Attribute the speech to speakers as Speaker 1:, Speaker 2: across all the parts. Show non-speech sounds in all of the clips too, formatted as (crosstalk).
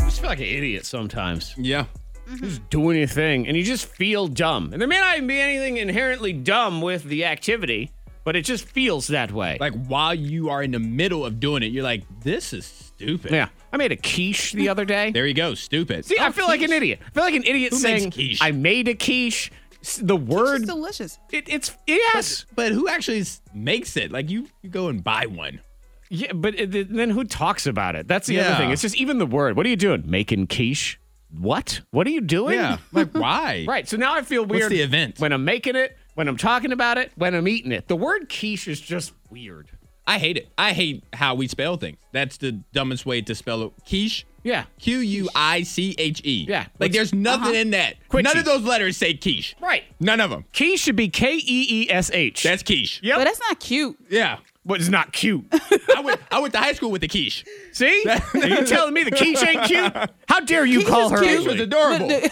Speaker 1: feel like an idiot sometimes.
Speaker 2: Yeah.
Speaker 1: Just do anything, and you just feel dumb. And there may not even be anything inherently dumb with the activity, but it just feels that way.
Speaker 2: Like while you are in the middle of doing it, you're like, this is stupid.
Speaker 1: yeah, I made a quiche the other day.
Speaker 2: There you go. Stupid. Oh,
Speaker 1: See, I feel like an idiot. I feel like an idiot
Speaker 2: Who makes
Speaker 1: saying
Speaker 2: quiche?
Speaker 1: I made a quiche. S- The
Speaker 3: It's
Speaker 1: word
Speaker 3: delicious.
Speaker 1: it, it's yes,
Speaker 2: But who actually s- makes it? Like you, you go and buy one.
Speaker 1: yeah, but it, then who talks about it? That's the other
Speaker 2: Yeah.
Speaker 1: thing. It's just even the word. What are you doing? Making quiche? What? What are you doing?
Speaker 2: Yeah. like
Speaker 1: (laughs)
Speaker 2: why?
Speaker 1: Right. So now I feel weird.
Speaker 2: the event?
Speaker 1: When I'm making it, when I'm talking about it, when I'm eating it. The word quiche is just weird.
Speaker 2: I hate it. I hate how we spell things. That's the dumbest way to spell it. Quiche.
Speaker 1: Yeah.
Speaker 2: Q U I C H E.
Speaker 1: Yeah.
Speaker 2: Like
Speaker 1: What's-
Speaker 2: there's nothing in that.
Speaker 1: Quit
Speaker 2: None
Speaker 1: you.
Speaker 2: of those letters say quiche.
Speaker 1: Right.
Speaker 2: None of them.
Speaker 1: Quiche should be K E E S H.
Speaker 2: That's quiche.
Speaker 1: Yep.
Speaker 3: But that's not cute.
Speaker 2: Yeah.
Speaker 1: but it's not
Speaker 2: (laughs)
Speaker 1: cute.
Speaker 2: I went I went to high school with the quiche.
Speaker 1: See? (laughs) Are you telling me the quiche ain't cute? How dare you call
Speaker 3: is
Speaker 1: her
Speaker 3: cute.
Speaker 2: Quiche
Speaker 3: Really?
Speaker 2: was
Speaker 1: ugly?
Speaker 2: adorable.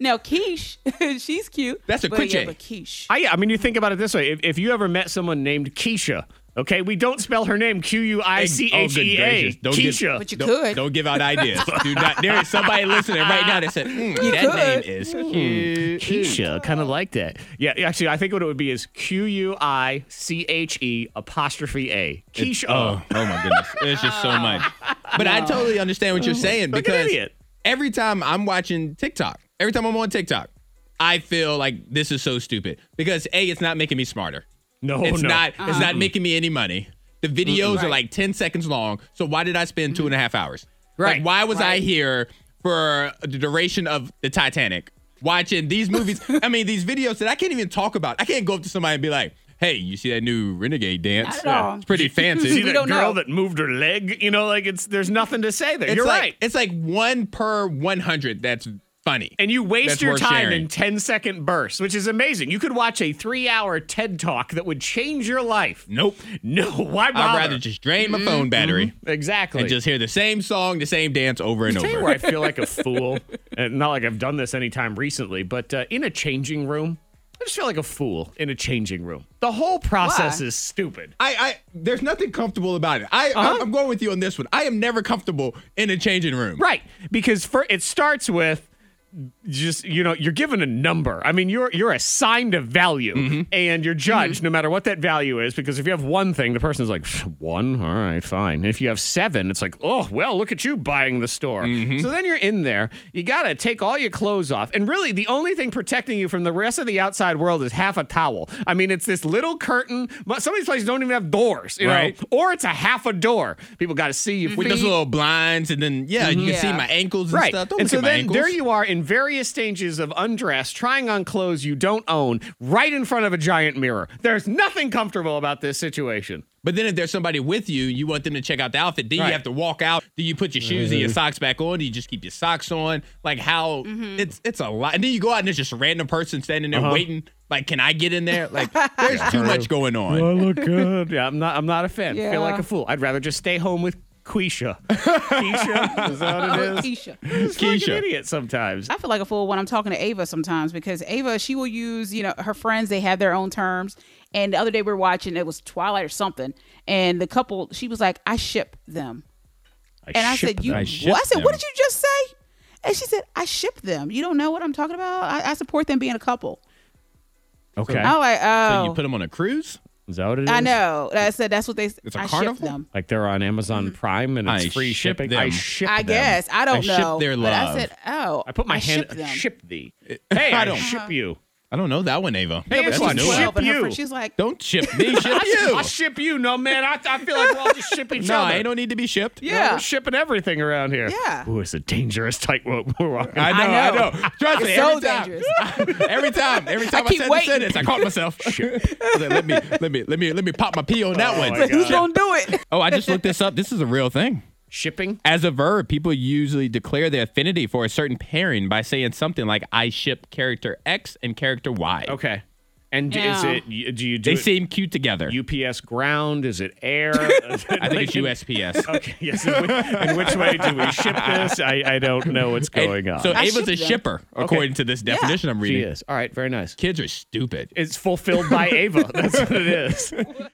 Speaker 3: Now Quiche, (laughs) she's cute.
Speaker 2: That's a
Speaker 3: but yeah,
Speaker 2: quiche.
Speaker 3: but Quiche.
Speaker 1: I, I mean, you think about it this way: if, if you ever met someone named Keisha, okay, we don't spell her name Q U I C
Speaker 2: Oh,
Speaker 1: H
Speaker 2: good
Speaker 1: E A.
Speaker 2: gracious. Don't give-
Speaker 1: Keisha.
Speaker 3: But you
Speaker 2: don't,
Speaker 3: could.
Speaker 2: Don't give
Speaker 3: (laughs)
Speaker 2: out ideas. Do not. There is somebody listening right now that said, "Hmm, that
Speaker 3: could.
Speaker 2: name
Speaker 3: (laughs)
Speaker 2: is cute."
Speaker 1: Keisha, kind of like that. Yeah, actually, I think what it would be is Q U I C H E apostrophe A. Keisha.
Speaker 2: Oh, oh my goodness. It's just so much. But I totally understand what you're saying
Speaker 1: Like an
Speaker 2: because
Speaker 1: idiot.
Speaker 2: every time I'm watching TikTok, every time I'm on TikTok, I feel like this is so stupid because A, it's not making me smarter.
Speaker 1: No,
Speaker 2: it's
Speaker 1: Oh, no.
Speaker 2: not it's not making me any money. The videos are like 10 seconds long. So why did I spend two and a half hours?
Speaker 1: Mm-hmm. Right.
Speaker 2: Like, why was I
Speaker 3: Right.
Speaker 2: here for the duration of the Titanic
Speaker 1: (laughs)
Speaker 2: watching these movies? I mean, these videos that I can't even talk about. I can't go up to somebody and be like, hey, you see that new renegade dance?
Speaker 3: Not at all.
Speaker 1: (laughs)
Speaker 2: It's pretty fancy.
Speaker 1: See
Speaker 3: We
Speaker 1: that girl
Speaker 3: don't know.
Speaker 1: that moved her leg? You know, like it's there's nothing to say there.
Speaker 2: It's
Speaker 1: You're
Speaker 2: like,
Speaker 1: right.
Speaker 2: It's like one per 100 that's funny.
Speaker 1: And you waste
Speaker 2: That's
Speaker 1: your
Speaker 2: worth
Speaker 1: time
Speaker 2: sharing.
Speaker 1: in 10 second bursts, which is amazing. You could watch a three hour TED talk that would change your life.
Speaker 2: nope.
Speaker 1: No, why bother? Mm-hmm.
Speaker 2: I'd rather just drain my phone battery
Speaker 1: exactly.
Speaker 2: and just hear the same song, the same dance over and
Speaker 1: Tell you
Speaker 2: over.
Speaker 1: where I feel
Speaker 2: (laughs)
Speaker 1: like a fool. And not like I've done this anytime recently, but uh, in a changing room, I just feel like a fool in a changing room. The whole process
Speaker 3: Why?
Speaker 1: is stupid.
Speaker 2: I, I there's nothing comfortable about it. I
Speaker 1: Uh-huh.
Speaker 2: I'm, I'm going with you on this one. I am never comfortable in a changing room.
Speaker 1: Right, because for, it starts with just you know you're given a number. I mean you're you're assigned a value and you're judged no matter what that value is because if you have one thing the person's like "Pff, one all right fine. And if you have seven it's like oh well look at you buying the store. So then you're in there. You got to take all your clothes off and really the only thing protecting you from the rest of the outside world is half a towel. I mean it's this little curtain. but Some of these places don't even have doors, you
Speaker 2: Right.
Speaker 1: know. Or it's a half a door. People got to see you
Speaker 2: With those little blinds and then yeah, you can
Speaker 3: Yeah.
Speaker 2: see my ankles and
Speaker 1: right.
Speaker 2: stuff. Don't
Speaker 1: and
Speaker 2: look
Speaker 1: so
Speaker 2: at my
Speaker 1: then
Speaker 2: ankles.
Speaker 1: there you are in various stages of undress, trying on clothes you don't own, right in front of a giant mirror. There's nothing comfortable about this situation.
Speaker 2: but then if there's somebody with you, you want them to check out the outfit. Then
Speaker 1: Right.
Speaker 2: you have to walk out. Do you put your shoes and your socks back on? Do you just keep your socks on? Like how
Speaker 3: Mm-hmm.
Speaker 2: it's it's a lot. And then you go out and there's just a random person standing
Speaker 1: Uh-huh.
Speaker 2: there waiting. Like, can I get in there?
Speaker 3: (laughs)
Speaker 2: Like, there's too much going on.
Speaker 1: I look good. (laughs) yeah, I'm not. I'm not a fan. I
Speaker 3: Yeah.
Speaker 1: Feel like a fool. I'd rather just stay home with (laughs) Quisha. Quisha is that what it is?
Speaker 3: Oh, Keisha.
Speaker 1: Just feel like an
Speaker 2: Keisha.
Speaker 1: idiot sometimes.
Speaker 3: I feel like a fool when I'm talking to Ava sometimes because Ava, she will use, you know, her friends, they have their own terms. And the other day we were watching, it was Twilight or something. And the couple, she was like, I ship them. And I
Speaker 1: ship
Speaker 3: said, You
Speaker 1: them.
Speaker 2: I ship
Speaker 3: what? I said, What
Speaker 2: them.
Speaker 3: did you just say? And she said, I ship them. You don't know what I'm talking about? I, I support them being a couple.
Speaker 1: okay.
Speaker 3: I was like,
Speaker 2: So
Speaker 3: Oh,
Speaker 2: you put them on a cruise?
Speaker 1: Is that what it is?
Speaker 3: I know. I said, That's what they
Speaker 2: It's a
Speaker 3: I ship
Speaker 2: carnival?
Speaker 3: them.
Speaker 1: Like they're on Amazon Prime and it's
Speaker 2: I
Speaker 1: free
Speaker 2: ship
Speaker 1: shipping.
Speaker 2: them.
Speaker 1: I ship.
Speaker 3: I
Speaker 1: them.
Speaker 3: guess. I don't
Speaker 2: I ship
Speaker 3: know.
Speaker 2: their
Speaker 3: But I
Speaker 2: love.
Speaker 3: said, Oh,
Speaker 1: I put my hand.
Speaker 3: ship them.
Speaker 1: Ship thee. Hey, (laughs) I,
Speaker 2: I don't-
Speaker 1: ship you.
Speaker 2: I don't know that one, Ava.
Speaker 1: Hey,
Speaker 2: That's
Speaker 1: it's
Speaker 2: a
Speaker 1: on
Speaker 2: new one.
Speaker 1: ship
Speaker 3: and her
Speaker 1: you.
Speaker 3: friend, she's like,
Speaker 2: Don't ship me,
Speaker 1: (laughs)
Speaker 2: ship you.
Speaker 1: I'll ship you. No, man. I, I feel like we're all just (laughs) shipping each
Speaker 2: No,
Speaker 1: other.
Speaker 2: I don't need to be shipped.
Speaker 1: You know,
Speaker 3: Yeah.
Speaker 1: we're shipping everything around here.
Speaker 3: Yeah.
Speaker 1: Ooh, it's a dangerous (laughs) tightrope we're walking.
Speaker 2: I know, I
Speaker 3: I
Speaker 2: know.
Speaker 3: know.
Speaker 2: Trust
Speaker 3: It's
Speaker 2: me,
Speaker 3: so
Speaker 2: every time, (laughs) every time, every time I,
Speaker 3: keep
Speaker 2: said
Speaker 3: waiting.
Speaker 2: the sentence, I caught myself. I was like, let me, let me, let me, let me pop my pee on that one.
Speaker 1: my
Speaker 3: Who's gonna do it?
Speaker 2: Oh, I just looked this up. This is a real thing.
Speaker 1: Shipping?
Speaker 2: As a verb, people usually declare their affinity for a certain pairing by saying something like, "I ship character X and character Y."
Speaker 1: Okay. And d- is
Speaker 3: Yeah.
Speaker 1: it, y- do you do
Speaker 2: They
Speaker 1: it
Speaker 2: seem cute together.
Speaker 1: UPS ground? Is it (laughs) air?
Speaker 2: I think it's USPS.
Speaker 1: Okay, yes. And which, and which way do we ship this? I, I don't know what's going
Speaker 2: And
Speaker 1: on.
Speaker 2: So
Speaker 3: I
Speaker 2: Ava's a
Speaker 3: ship them.
Speaker 2: shipper, according to this definition I'm
Speaker 1: she
Speaker 2: reading.
Speaker 1: is. All right, very nice.
Speaker 2: Kids are stupid.
Speaker 1: (laughs) It's fulfilled by Ava. That's what it is.